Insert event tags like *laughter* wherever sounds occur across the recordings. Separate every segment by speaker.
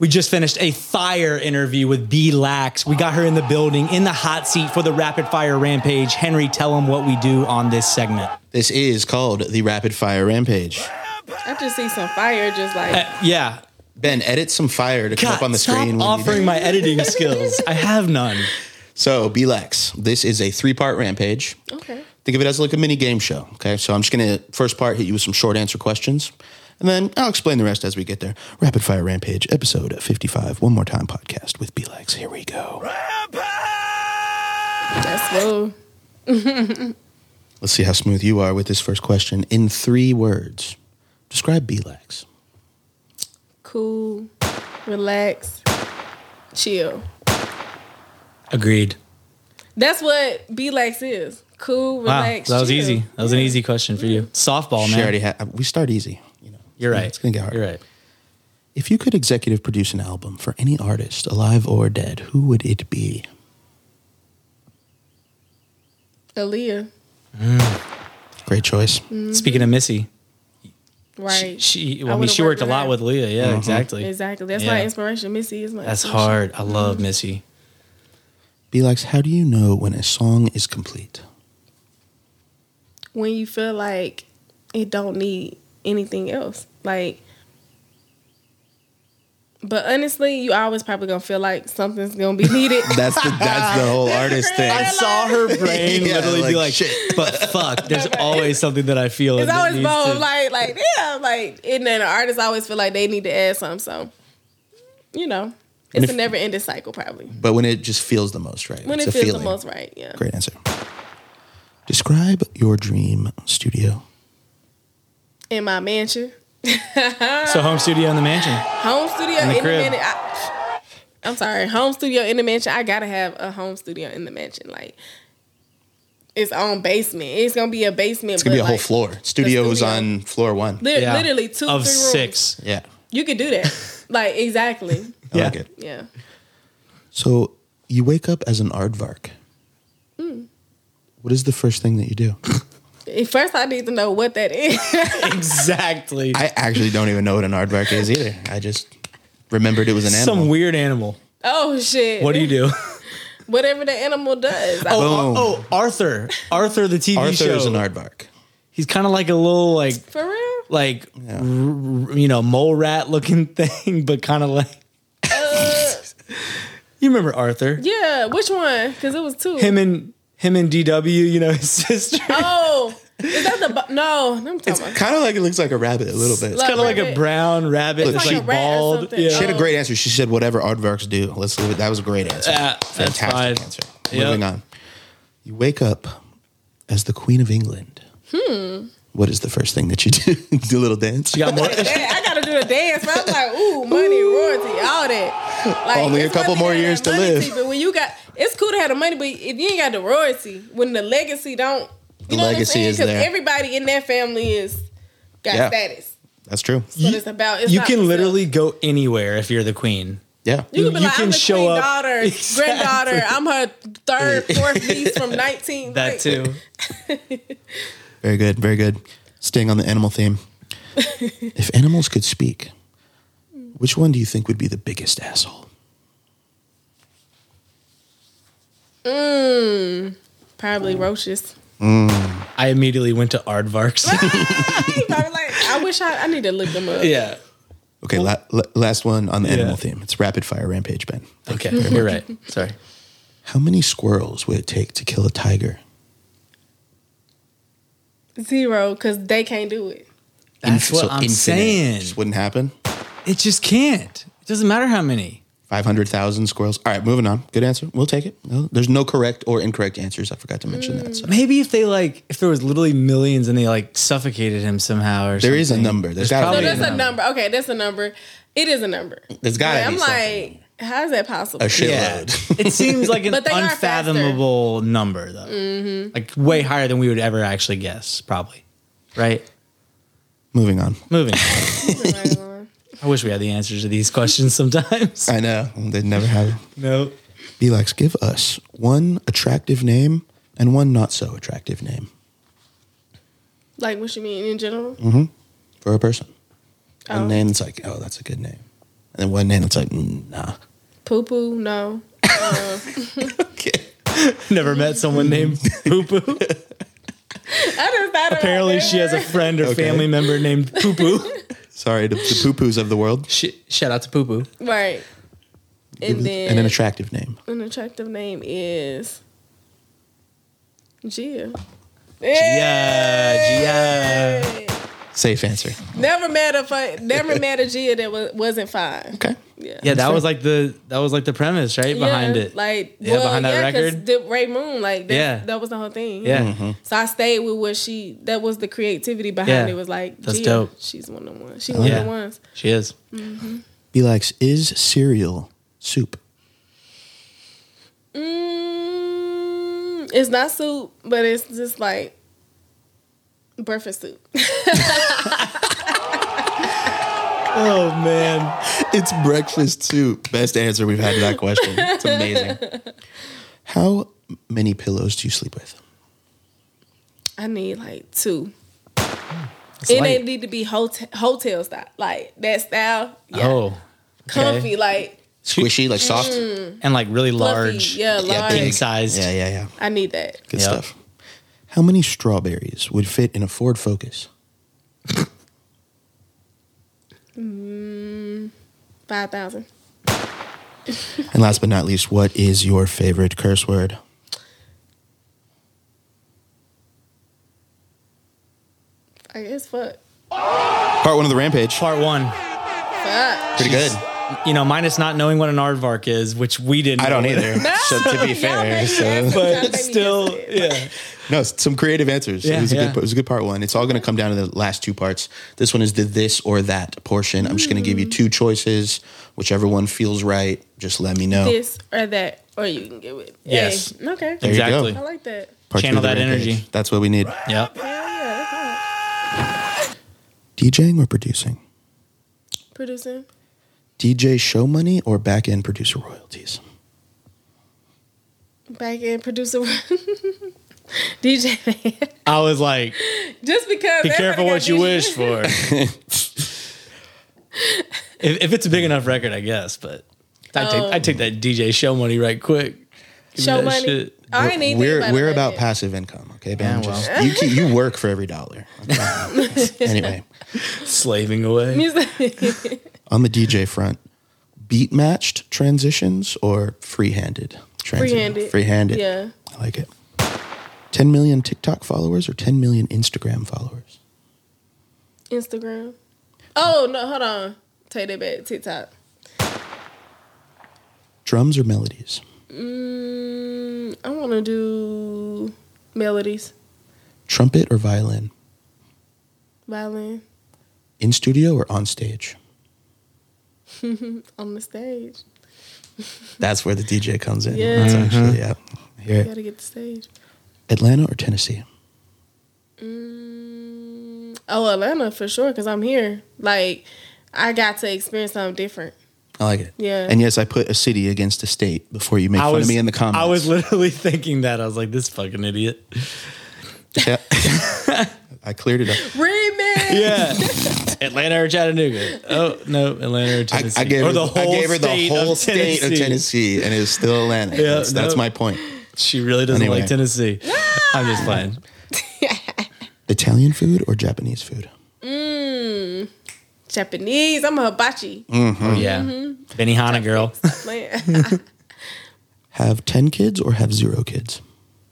Speaker 1: We just finished a fire interview with B Lax. We got her in the building, in the hot seat for the rapid fire rampage. Henry, tell them what we do on this segment.
Speaker 2: This is called the Rapid Fire Rampage.
Speaker 3: I just see some fire, just like
Speaker 1: Yeah.
Speaker 2: Ben, edit some fire to come
Speaker 1: God,
Speaker 2: up on the
Speaker 1: stop
Speaker 2: screen. when you do-
Speaker 1: offering my editing
Speaker 2: *laughs*
Speaker 1: skills. I have none.
Speaker 2: So, BLEX, this is a three part rampage.
Speaker 3: okay.
Speaker 2: Think of it as like a mini game show. Okay. So, I'm just going to, first part, hit you with some short answer questions. And then I'll explain the rest as we get there. Rapid Fire Rampage, episode 55, One More Time podcast with BLEX. Here we go.
Speaker 3: That's low.
Speaker 2: Let's see how smooth you are with this first question. In three words, describe BLEX.
Speaker 3: Cool. Relax. Chill.
Speaker 1: Agreed.
Speaker 3: That's what BLAX is. Cool,
Speaker 1: Wow.
Speaker 3: relax.
Speaker 1: that was
Speaker 3: chill.
Speaker 1: easy. That was an easy question for you.
Speaker 3: Mm-hmm.
Speaker 1: Softball,
Speaker 2: She
Speaker 1: man.
Speaker 2: already ha- we start easy. You know,
Speaker 1: You're right.
Speaker 2: It's going to get hard.
Speaker 1: You're right.
Speaker 2: If you could executive produce an album for any artist, alive or dead, who would it be?
Speaker 3: Aaliyah.
Speaker 2: Great choice.
Speaker 3: Mm.
Speaker 1: Speaking of Missy,
Speaker 3: Right.
Speaker 1: she,
Speaker 3: I
Speaker 1: well, I mean,
Speaker 3: would've
Speaker 1: she worked a
Speaker 3: worked
Speaker 1: lot
Speaker 3: with
Speaker 1: with Leah. Yeah,
Speaker 2: Mm-hmm.
Speaker 1: exactly.
Speaker 3: exactly. That's
Speaker 1: Yeah.
Speaker 3: my inspiration. Missy is my
Speaker 1: That's
Speaker 3: inspiration.
Speaker 1: hard. I
Speaker 2: Mm-hmm.
Speaker 1: love Missy.
Speaker 2: Belax, how do you know when a song is complete?
Speaker 3: When you feel like it don't need anything else. Like but honestly, you always probably gonna feel like something's gonna be needed.
Speaker 2: That's the that's the
Speaker 3: *laughs*
Speaker 2: whole artist thing.
Speaker 1: I saw her *laughs* brain
Speaker 2: Yeah,
Speaker 1: literally
Speaker 2: like,
Speaker 1: be like,
Speaker 2: shit. *laughs*
Speaker 1: but fuck,
Speaker 3: *laughs*
Speaker 1: there's always something that I feel.
Speaker 3: It's
Speaker 1: that
Speaker 3: always
Speaker 1: needs
Speaker 3: both.
Speaker 1: to-
Speaker 3: Like, like, yeah, like, and then the artists always feel like they need to add something. So, you know,
Speaker 2: And
Speaker 3: it's
Speaker 2: if-
Speaker 3: a never ending cycle, probably.
Speaker 2: But when it just feels the most right.
Speaker 3: When
Speaker 2: it's
Speaker 3: it
Speaker 2: a
Speaker 3: feels
Speaker 2: feeling.
Speaker 3: the most right, yeah.
Speaker 2: Great answer. Describe your dream studio.
Speaker 3: In my mansion,
Speaker 1: so home studio in the mansion.
Speaker 3: home studio in
Speaker 1: the
Speaker 3: the,
Speaker 1: crib.
Speaker 3: mansion. I, I'm sorry, home studio in the mansion. I gotta have a home studio in the mansion. Like, its own basement. It's gonna be a basement.
Speaker 2: It's gonna be a whole floor. Studio's
Speaker 3: studio.
Speaker 2: on floor one.
Speaker 3: Li-
Speaker 1: Yeah.
Speaker 3: Literally two
Speaker 1: of
Speaker 3: three rooms.
Speaker 1: six.
Speaker 2: Yeah.
Speaker 3: You could do that. like exactly.
Speaker 2: I
Speaker 1: Yeah.
Speaker 2: like it.
Speaker 3: Yeah.
Speaker 2: So you wake up as an aardvark.
Speaker 3: Hmm.
Speaker 2: What is the first thing that you do?
Speaker 3: At First, I need to know what that is. *laughs*
Speaker 1: Exactly.
Speaker 2: I actually don't even know what an aardvark is either. I just remembered it was an animal.
Speaker 1: Some weird animal.
Speaker 3: oh shit!
Speaker 1: What do you do?
Speaker 3: whatever the animal does. I-
Speaker 2: Boom.
Speaker 1: Oh, Arthur. Arthur, the TV
Speaker 2: Arthur
Speaker 1: show.
Speaker 2: is an aardvark.
Speaker 1: He's kind of like a little like
Speaker 3: for real?
Speaker 1: like r- r- you know mole rat looking *laughs* thing, but kind of
Speaker 2: *laughs*
Speaker 1: like you remember Arthur?
Speaker 3: Yeah, which one? Because it was two.
Speaker 1: Him and him and DW. You know his *laughs* sister.
Speaker 3: oh, is that the bu- no? I'm talking *laughs* about.
Speaker 2: Kind of like it looks like a rabbit a little bit.
Speaker 3: Like-
Speaker 1: Kind of like a
Speaker 3: rabbit.
Speaker 1: brown rabbit,
Speaker 2: Looks
Speaker 1: like,
Speaker 2: like
Speaker 3: a rat or
Speaker 1: bald.
Speaker 3: something.
Speaker 2: She had a
Speaker 3: Oh.
Speaker 2: great answer. She said, "Whatever aardvarks do." Let's leave it. That was a great answer.
Speaker 1: Yeah, that's
Speaker 2: Fantastic
Speaker 1: fine.
Speaker 2: answer.
Speaker 1: Yep.
Speaker 2: Moving on. You wake up as the Queen of England. Hmm. What is the first thing that you do? *laughs* do a little dance.
Speaker 1: You got
Speaker 2: *laughs*
Speaker 1: more.
Speaker 3: Hey, I gotta do the dance. But I'm like, ooh, money, royalty, all that. Like,
Speaker 2: Only a
Speaker 3: it's one
Speaker 2: couple
Speaker 3: thing
Speaker 2: more
Speaker 3: to have
Speaker 2: years to
Speaker 3: money,
Speaker 2: live.
Speaker 3: see, But when you got, it's cool to have the money, but if you ain't got the royalty, when the legacy don't, you
Speaker 2: The
Speaker 3: know
Speaker 2: legacy
Speaker 3: what I'm saying?
Speaker 2: is
Speaker 3: 'Cause
Speaker 2: there.
Speaker 3: everybody in that family is got
Speaker 2: Yeah.
Speaker 3: status.
Speaker 2: That's true.
Speaker 3: That's what it's about. It's
Speaker 1: you
Speaker 3: not
Speaker 1: can
Speaker 3: yourself.
Speaker 1: literally go anywhere if you're the queen.
Speaker 2: Yeah.
Speaker 3: You can be
Speaker 1: You
Speaker 3: like,
Speaker 1: can
Speaker 3: I'm the
Speaker 1: show
Speaker 3: queen
Speaker 1: up-
Speaker 3: daughter,
Speaker 1: Exactly.
Speaker 3: granddaughter. I'm her third, fourth niece from 19.
Speaker 1: That
Speaker 3: Like,
Speaker 1: too.
Speaker 2: Very good. Very good. Staying on the animal
Speaker 1: *laughs*
Speaker 2: theme. if animals could speak, which one do you think would be the biggest asshole?
Speaker 3: Probably roaches.
Speaker 1: I immediately went to Aardvarks.
Speaker 3: He probably like, I wish I, I need to look them
Speaker 1: *laughs*
Speaker 3: up.
Speaker 1: yeah.
Speaker 2: Okay, la- la- last one on the
Speaker 1: Yeah.
Speaker 2: animal theme. It's rapid fire rampage, Ben.
Speaker 1: Okay. You're right. Sorry.
Speaker 2: How many squirrels would it take to kill a tiger?
Speaker 3: Zero, because they can't do it.
Speaker 1: That's
Speaker 2: Inf-
Speaker 1: what
Speaker 2: so
Speaker 1: I'm
Speaker 2: infinite.
Speaker 1: saying.
Speaker 2: Just wouldn't happen.
Speaker 1: It just can't. It doesn't matter how many.
Speaker 2: 500,000 squirrels. All right, moving on. Good answer. We'll take it. No, there's no correct or incorrect answers. I forgot to mention that. So
Speaker 1: Maybe if they like, if there was literally millions and they like suffocated him somehow or
Speaker 2: There
Speaker 1: something.
Speaker 2: is a number. There's gotta
Speaker 3: So
Speaker 1: probably
Speaker 2: be
Speaker 3: Oh, that's
Speaker 1: a
Speaker 3: a
Speaker 1: number.
Speaker 3: number. Okay, that's a number. It is a number.
Speaker 2: There's gotta
Speaker 3: Like,
Speaker 2: be
Speaker 3: I'm
Speaker 2: something.
Speaker 3: like, how is that possible?
Speaker 2: a
Speaker 1: Yeah.
Speaker 2: shitload.
Speaker 1: it seems
Speaker 3: *laughs*
Speaker 1: like an
Speaker 3: But they are faster. Mm-hmm.
Speaker 1: unfathomable number though. Like way higher than we would ever actually guess, probably. Right?
Speaker 2: moving on.
Speaker 1: Moving. on. I wish we had the answers to these questions
Speaker 2: *laughs*
Speaker 1: sometimes.
Speaker 2: I know. They never have.
Speaker 1: no.
Speaker 2: Belax, give us one attractive name and one not so attractive name
Speaker 3: like what you mean in general?
Speaker 2: for a person. A name Oh, that's like, oh, that's a good name. And then one and it's like, mm, nah.
Speaker 3: Poo poo, no. Uh,
Speaker 2: Okay.
Speaker 1: Never met someone named Poo Poo.
Speaker 3: I just thought about
Speaker 1: Apparently,
Speaker 3: that
Speaker 1: she has a
Speaker 3: word.
Speaker 1: friend or
Speaker 2: Okay.
Speaker 1: family member named Poo Poo.
Speaker 2: Sorry to the poo poos of the
Speaker 1: *laughs*
Speaker 2: world.
Speaker 1: Sh- shout out to Poo Poo.
Speaker 3: Right. And then
Speaker 2: And an attractive name.
Speaker 3: an attractive name is Gia.
Speaker 1: Yeah, yeah.
Speaker 2: Safe answer.
Speaker 3: Never met a fi- never met a Gia that was, wasn't fine.
Speaker 2: Okay.
Speaker 3: Yeah.
Speaker 1: Yeah, that was like the that was like the premise right behind
Speaker 3: Yeah,
Speaker 1: it.
Speaker 3: Like
Speaker 1: Yeah, behind that
Speaker 3: 'cause
Speaker 1: record.
Speaker 3: the Ray Moon, like that,
Speaker 1: Yeah.
Speaker 3: that was the whole thing.
Speaker 1: yeah,
Speaker 3: So I stayed with what she that was the creativity behind
Speaker 1: Yeah.
Speaker 3: it was like
Speaker 1: That's
Speaker 3: Gia,
Speaker 1: dope.
Speaker 3: She's one of the ones. She's one
Speaker 1: Yeah.
Speaker 3: of the ones.
Speaker 1: she is.
Speaker 2: Belax, is cereal soup?
Speaker 3: Mm, it's not soup, but it's just like breakfast soup. *laughs*
Speaker 1: Oh man,
Speaker 2: It's breakfast soup. Best answer we've had to that question. It's amazing. How many pillows do you sleep with?
Speaker 3: I need like two.
Speaker 1: It's
Speaker 3: It
Speaker 1: light.
Speaker 3: ain't need to be hotel hotel style, like that style. Yeah,
Speaker 1: Oh,
Speaker 3: comfy,
Speaker 1: okay.
Speaker 3: like
Speaker 2: Squishy, like soft?
Speaker 1: and like really
Speaker 3: fluffy.
Speaker 1: large,
Speaker 3: Yeah, large.
Speaker 1: king sized.
Speaker 2: Yeah, yeah, yeah.
Speaker 3: I need that.
Speaker 2: Good
Speaker 1: Yep.
Speaker 2: stuff. How many strawberries would fit in a Ford Focus?
Speaker 3: Five thousand.
Speaker 2: And last but not least, what is your favorite curse word?
Speaker 3: I guess fuck.
Speaker 2: Part one of the rampage.
Speaker 1: Part one,
Speaker 3: Fuck.
Speaker 2: Pretty good.
Speaker 1: you know, minus not knowing what an aardvark is, which we didn't.
Speaker 2: I don't
Speaker 1: know
Speaker 2: either. So *laughs* to be fair, so.
Speaker 1: but still, yeah.
Speaker 2: no, s- some creative answers.
Speaker 1: Yeah,
Speaker 2: it was a
Speaker 1: yeah.
Speaker 2: good. It was a good part one. It's all going to come down to the last two parts. This one is the this or that portion. I'm just going to
Speaker 1: Mm.
Speaker 2: give you two choices. Whichever one feels right, just let me know.
Speaker 3: this or that, or you can get it.
Speaker 1: Yes.
Speaker 3: Hey, okay.
Speaker 2: There you go.
Speaker 1: Exactly.
Speaker 3: I like that.
Speaker 2: Part two
Speaker 1: Channel
Speaker 2: of the
Speaker 1: that
Speaker 2: rampage.
Speaker 1: energy.
Speaker 2: That's what we need.
Speaker 1: Yep.
Speaker 3: Yeah, yeah. That's all right.
Speaker 2: DJing or producing?
Speaker 3: Producing.
Speaker 2: DJ show money or back end producer royalties?
Speaker 3: Back end producer. *laughs* DJ man.
Speaker 1: I was like,
Speaker 3: Just because.
Speaker 1: be
Speaker 3: everybody
Speaker 1: careful
Speaker 3: got
Speaker 1: what you
Speaker 3: DJ.
Speaker 1: wish for. if, if it's a big enough record, I guess, but I take I take that DJ show money right quick. Give me
Speaker 3: *laughs* Oh. Show
Speaker 1: that
Speaker 3: money.
Speaker 1: shit.
Speaker 3: I ain't anything
Speaker 2: we're
Speaker 3: about
Speaker 2: we're
Speaker 3: it.
Speaker 2: about passive income, okay, Ben?
Speaker 1: Yeah, well.
Speaker 2: Just- you keep, you work for every
Speaker 3: *laughs*
Speaker 2: dollar. okay? anyway,
Speaker 1: slaving away.
Speaker 3: *laughs*
Speaker 2: on the DJ front, beat matched transitions or free handed
Speaker 3: Free-handed.
Speaker 2: Free handed.
Speaker 3: Yeah.
Speaker 2: I like it. 10 million TikTok followers or 10 million Instagram followers?
Speaker 3: Instagram. Oh no, hold on. Take that back. TikTok.
Speaker 2: Drums or melodies?
Speaker 3: Mm, I want to do melodies,
Speaker 2: Trumpet or violin?
Speaker 3: violin
Speaker 2: In studio or on stage?
Speaker 3: on the stage.
Speaker 2: That's where the DJ comes in.
Speaker 3: Yeah.
Speaker 2: That's
Speaker 1: Mm-hmm.
Speaker 2: actually, yeah. Hear it.
Speaker 3: Gotta get the stage.
Speaker 2: Atlanta or Tennessee?
Speaker 3: Mm, oh, Atlanta for sure, cause I'm here. Like, I got to experience something different.
Speaker 2: I like it.
Speaker 3: Yeah.
Speaker 2: And yes, I put a city against a state before you make
Speaker 1: I
Speaker 2: fun
Speaker 1: was
Speaker 2: of me in the comments.
Speaker 1: I was literally *laughs* thinking that. I was like, this fucking idiot. *laughs*
Speaker 2: Yeah. *laughs* I cleared it up.
Speaker 3: Remix.
Speaker 1: Yeah. *laughs* Atlanta or Chattanooga? Oh no, Atlanta or
Speaker 2: I,
Speaker 1: Tennessee?
Speaker 2: I gave,
Speaker 1: or
Speaker 2: her,
Speaker 1: the
Speaker 2: I
Speaker 1: whole
Speaker 2: gave her the
Speaker 1: state
Speaker 2: whole
Speaker 1: of
Speaker 2: state of Tennessee, and it's still Atlanta. that's, that's
Speaker 1: no.
Speaker 2: my point.
Speaker 1: She really doesn't
Speaker 2: Anyway.
Speaker 1: like Tennessee. I'm just playing.
Speaker 2: Italian food or Japanese food?
Speaker 3: Japanese. I'm a hibachi.
Speaker 2: Mm.
Speaker 3: *laughs*
Speaker 2: Mm-hmm.
Speaker 1: Oh, yeah,
Speaker 3: Mm-hmm.
Speaker 1: Benihana girl.
Speaker 3: Man.
Speaker 2: Have 10 kids or have zero kids?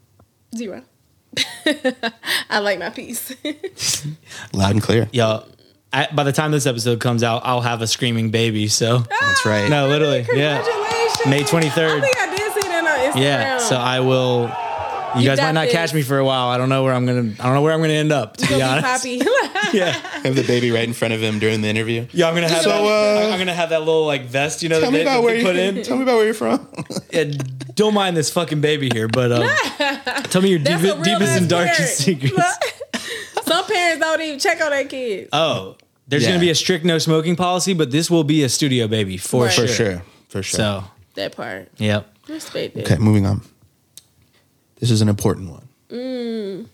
Speaker 3: *laughs* Zero. *laughs* I like my piece.
Speaker 2: Loud and clear.
Speaker 1: Yo, I, by the time this episode comes out, I'll have a screaming baby. So
Speaker 3: Oh,
Speaker 2: That's right.
Speaker 1: no, literally, yeah,
Speaker 3: Congratulations.
Speaker 1: May 23rd.
Speaker 3: I think I did see that on Instagram.
Speaker 1: yeah. So I will. You,
Speaker 3: You
Speaker 1: guys
Speaker 3: got
Speaker 1: might not
Speaker 3: this.
Speaker 1: catch me for a while. I don't know where I'm gonna. I don't know where I'm gonna end up. To be
Speaker 3: Gonna be
Speaker 1: honest,
Speaker 3: Poppy.
Speaker 1: *laughs*
Speaker 3: *laughs*
Speaker 1: yeah,
Speaker 2: Have the baby right in front of him during the interview.
Speaker 1: yeah. I'm gonna have.
Speaker 2: So,
Speaker 1: that,
Speaker 2: uh,
Speaker 1: I'm gonna have that little like vest, you know, that they, that they put in.
Speaker 2: Tell me about where you're from.
Speaker 1: Yeah,
Speaker 2: *laughs*
Speaker 1: don't mind this fucking baby here, but um,
Speaker 3: *laughs*
Speaker 1: tell me your
Speaker 3: That's
Speaker 1: deep,
Speaker 3: a real
Speaker 1: deepest
Speaker 3: ass
Speaker 1: and
Speaker 3: *laughs*
Speaker 1: darkest
Speaker 3: parent.
Speaker 1: secrets.
Speaker 3: Some parents don't even check on their kids.
Speaker 1: Oh, there's
Speaker 2: Yeah.
Speaker 1: gonna be a strict no smoking policy, but this will be a studio baby for
Speaker 3: Right.
Speaker 1: sure.
Speaker 2: For sure. For sure.
Speaker 1: So,
Speaker 3: that part.
Speaker 1: yep.
Speaker 3: Respect it.
Speaker 2: Okay, moving on. This is an important one. Mm.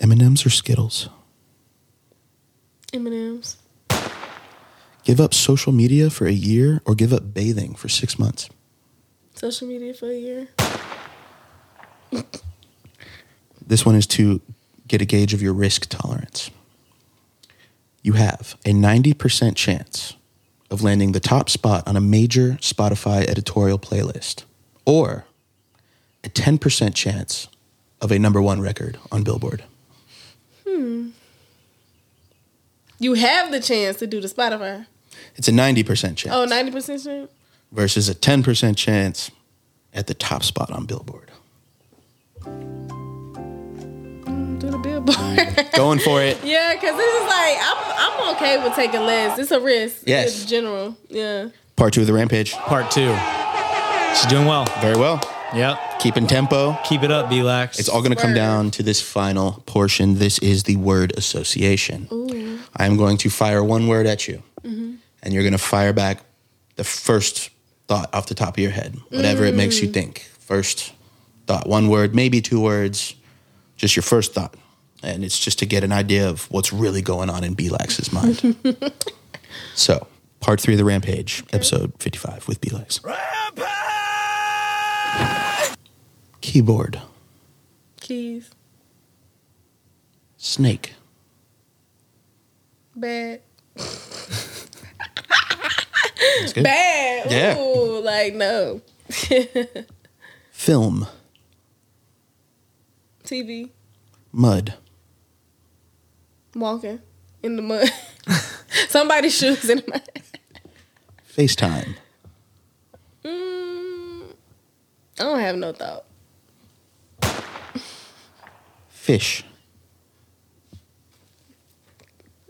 Speaker 2: M&M's or Skittles?
Speaker 3: M&M's.
Speaker 2: Give up social media for a year or give up bathing for six months.
Speaker 3: Social media for a year.
Speaker 2: This one is to get a gauge of your risk tolerance. You have a 90% chance of landing the top spot on a major Spotify editorial playlist or a 10% chance of a number one record on Billboard.
Speaker 3: You have the chance to do the Spotify.
Speaker 2: It's a 90% chance
Speaker 3: Oh, 90% chance?
Speaker 2: versus a 10% chance at the top spot on Billboard.
Speaker 3: Do the billboard. *laughs*
Speaker 2: Going for it.
Speaker 3: yeah, because this is like, I'm, I'm okay with taking less. It's a risk.
Speaker 2: Yes.
Speaker 3: In general. Yeah.
Speaker 2: Part two of the rampage.
Speaker 1: Part two. She's doing well.
Speaker 2: Very well.
Speaker 1: Yep.
Speaker 2: Keeping tempo.
Speaker 1: Keep it up, B-Lax.
Speaker 2: It's all going to come
Speaker 3: Word.
Speaker 2: down to this final portion. This is the word association. I am going to fire one word at you, and you're going to fire back the first thought off the top of your head, whatever it makes you think. First thought, one word, maybe two words, just your first thought. And it's just to get an idea of what's really going on in B-Lax's mind. so, part three of the Rampage, episode 55 with B-Lax. Keyboard,
Speaker 3: Keys.
Speaker 2: snake,
Speaker 3: Bad.
Speaker 2: good.
Speaker 3: Bad.
Speaker 2: Yeah.
Speaker 3: Ooh, like, no.
Speaker 2: film,
Speaker 3: TV.
Speaker 2: mud.
Speaker 3: Walking in the mud. *laughs* Somebody's shoes in my.
Speaker 2: FaceTime,
Speaker 3: Mm, I don't have no thought.
Speaker 2: fish,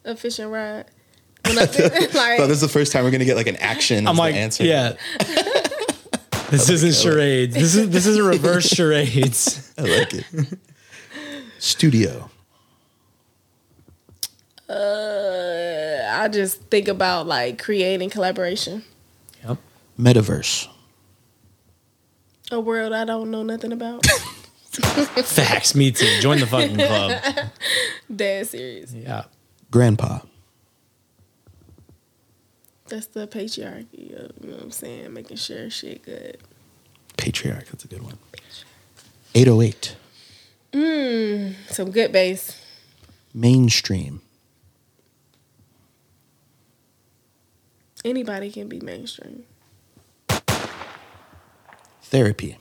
Speaker 3: A fishing rod. When
Speaker 2: *laughs*
Speaker 3: I think, like,
Speaker 2: So this is the first time we're gonna get like an action.
Speaker 1: I'm
Speaker 2: as
Speaker 1: like,
Speaker 2: the answer.
Speaker 1: yeah. *laughs* this isn't charades. This is this is a reverse charades.
Speaker 2: I like it. Studio,
Speaker 3: uh, I just think about like creating collaboration.
Speaker 1: Yep.
Speaker 2: metaverse,
Speaker 3: A world I don't know
Speaker 2: *laughs*
Speaker 3: nothing about.
Speaker 1: Facts. Me too. Join the fucking club.
Speaker 3: Dead serious.
Speaker 1: Yeah.
Speaker 2: grandpa,
Speaker 3: That's the patriarchy of, you know what I'm saying? Making sure shit good.
Speaker 2: patriarch. That's a good one. Eight oh eight,
Speaker 3: Mm, some good bass.
Speaker 2: mainstream,
Speaker 3: Anybody can be mainstream.
Speaker 2: therapy,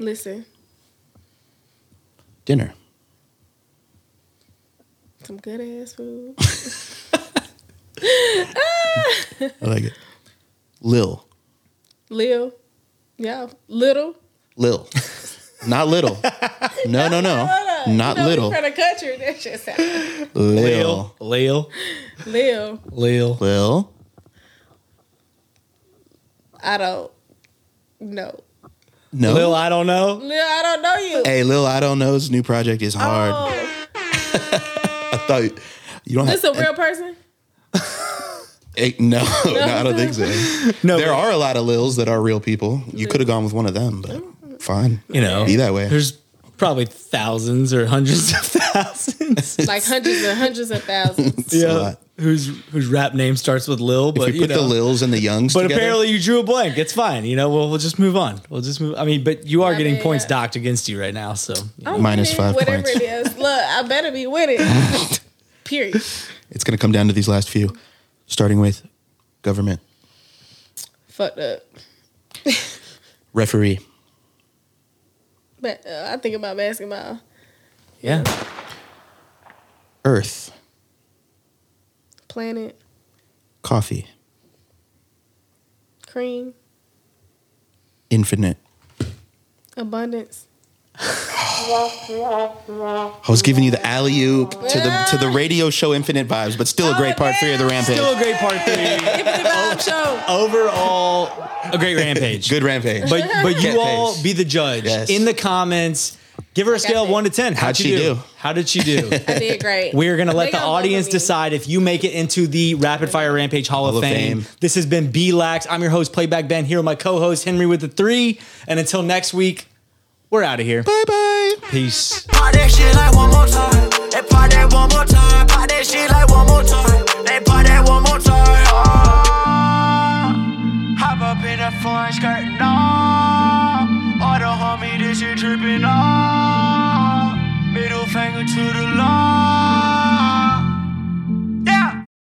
Speaker 3: Listen,
Speaker 2: dinner,
Speaker 3: some good ass food.
Speaker 2: I like it. Lil,
Speaker 3: Lil. Yeah. Little.
Speaker 2: Lil, not little. No, no, no, not
Speaker 3: You know, we
Speaker 2: little.
Speaker 3: From the country. That shit sound.
Speaker 2: Lil,
Speaker 1: Lil. Lil.
Speaker 3: Lil.
Speaker 1: Lil.
Speaker 2: Lil,
Speaker 3: I don't know.
Speaker 2: no.
Speaker 1: Lil, I don't know.
Speaker 3: Lil, I don't know you.
Speaker 2: Hey, Lil, I don't know's new project is hard.
Speaker 3: Oh,
Speaker 2: I thought you, you don't
Speaker 3: this
Speaker 2: have.
Speaker 3: a real person?
Speaker 2: Eh, no, *laughs* no, I don't think so.
Speaker 1: No.
Speaker 2: *laughs* There
Speaker 1: but,
Speaker 2: are a lot of Lils that are real people. You could have gone with one of them, but fine.
Speaker 1: you know.
Speaker 2: Be that way.
Speaker 1: There's probably thousands or hundreds of thousands.
Speaker 2: *laughs*
Speaker 3: Like hundreds and hundreds of thousands.
Speaker 2: It's a lot.
Speaker 1: Whose whose rap name starts with Lil,
Speaker 2: If
Speaker 1: but
Speaker 2: we
Speaker 1: you
Speaker 2: put
Speaker 1: know.
Speaker 2: the Lils and the Youngs
Speaker 1: but
Speaker 2: together,
Speaker 1: apparently you drew a blank. It's fine. You know, we'll we'll just move on. We'll just move. I mean, but you are
Speaker 3: I
Speaker 1: getting
Speaker 3: mean,
Speaker 1: points
Speaker 3: yeah.
Speaker 1: docked against you right now. So
Speaker 3: I'm
Speaker 2: *laughs* Minus
Speaker 3: winning,
Speaker 2: five
Speaker 3: whatever
Speaker 2: points.
Speaker 3: it is. Look, I better be with it.
Speaker 2: *laughs*
Speaker 3: Period.
Speaker 2: it's going to come down to these last few, starting with government,
Speaker 3: Fucked up.
Speaker 2: referee,
Speaker 3: But uh, I think about basketball.
Speaker 1: yeah,
Speaker 2: earth,
Speaker 3: Planet,
Speaker 2: coffee,
Speaker 3: cream,
Speaker 2: infinite.
Speaker 3: abundance.
Speaker 2: I was giving you the alley oop to the to the radio show Infinite Vibes, but still a great part three of the rampage.
Speaker 1: still a great part three.
Speaker 3: Tiffany Bob Show.
Speaker 1: Overall, a great rampage.
Speaker 2: Good rampage.
Speaker 1: But but
Speaker 2: Cat
Speaker 1: you all
Speaker 2: face.
Speaker 1: be the judge
Speaker 2: Yes.
Speaker 1: in the comments. Give her a scale of
Speaker 3: face.
Speaker 1: one to ten.
Speaker 2: How'd
Speaker 1: How'd
Speaker 2: she
Speaker 1: she do?
Speaker 2: do?
Speaker 1: How did she do?
Speaker 3: I did great.
Speaker 1: *laughs* We are going to
Speaker 3: They
Speaker 1: let the
Speaker 3: gonna vote
Speaker 1: audience
Speaker 3: for me.
Speaker 1: decide if you make it into the Rapid Fire Rampage Hall, of,
Speaker 2: of
Speaker 1: Fame.
Speaker 2: Fame.
Speaker 1: This has been B Lax. I'm your host, Playback Ben, here with my co host, Henry with the three. And until next week, we're out of here.
Speaker 2: bye bye.
Speaker 1: Peace.
Speaker 4: Pop that shit like one more time. And pop that one more time. Pop that shit like one more time. And Hey, play that one more time. Oh, hop up in a foreign skirt. No, oh, the homie, this shit tripping. Oh, middle finger to the law.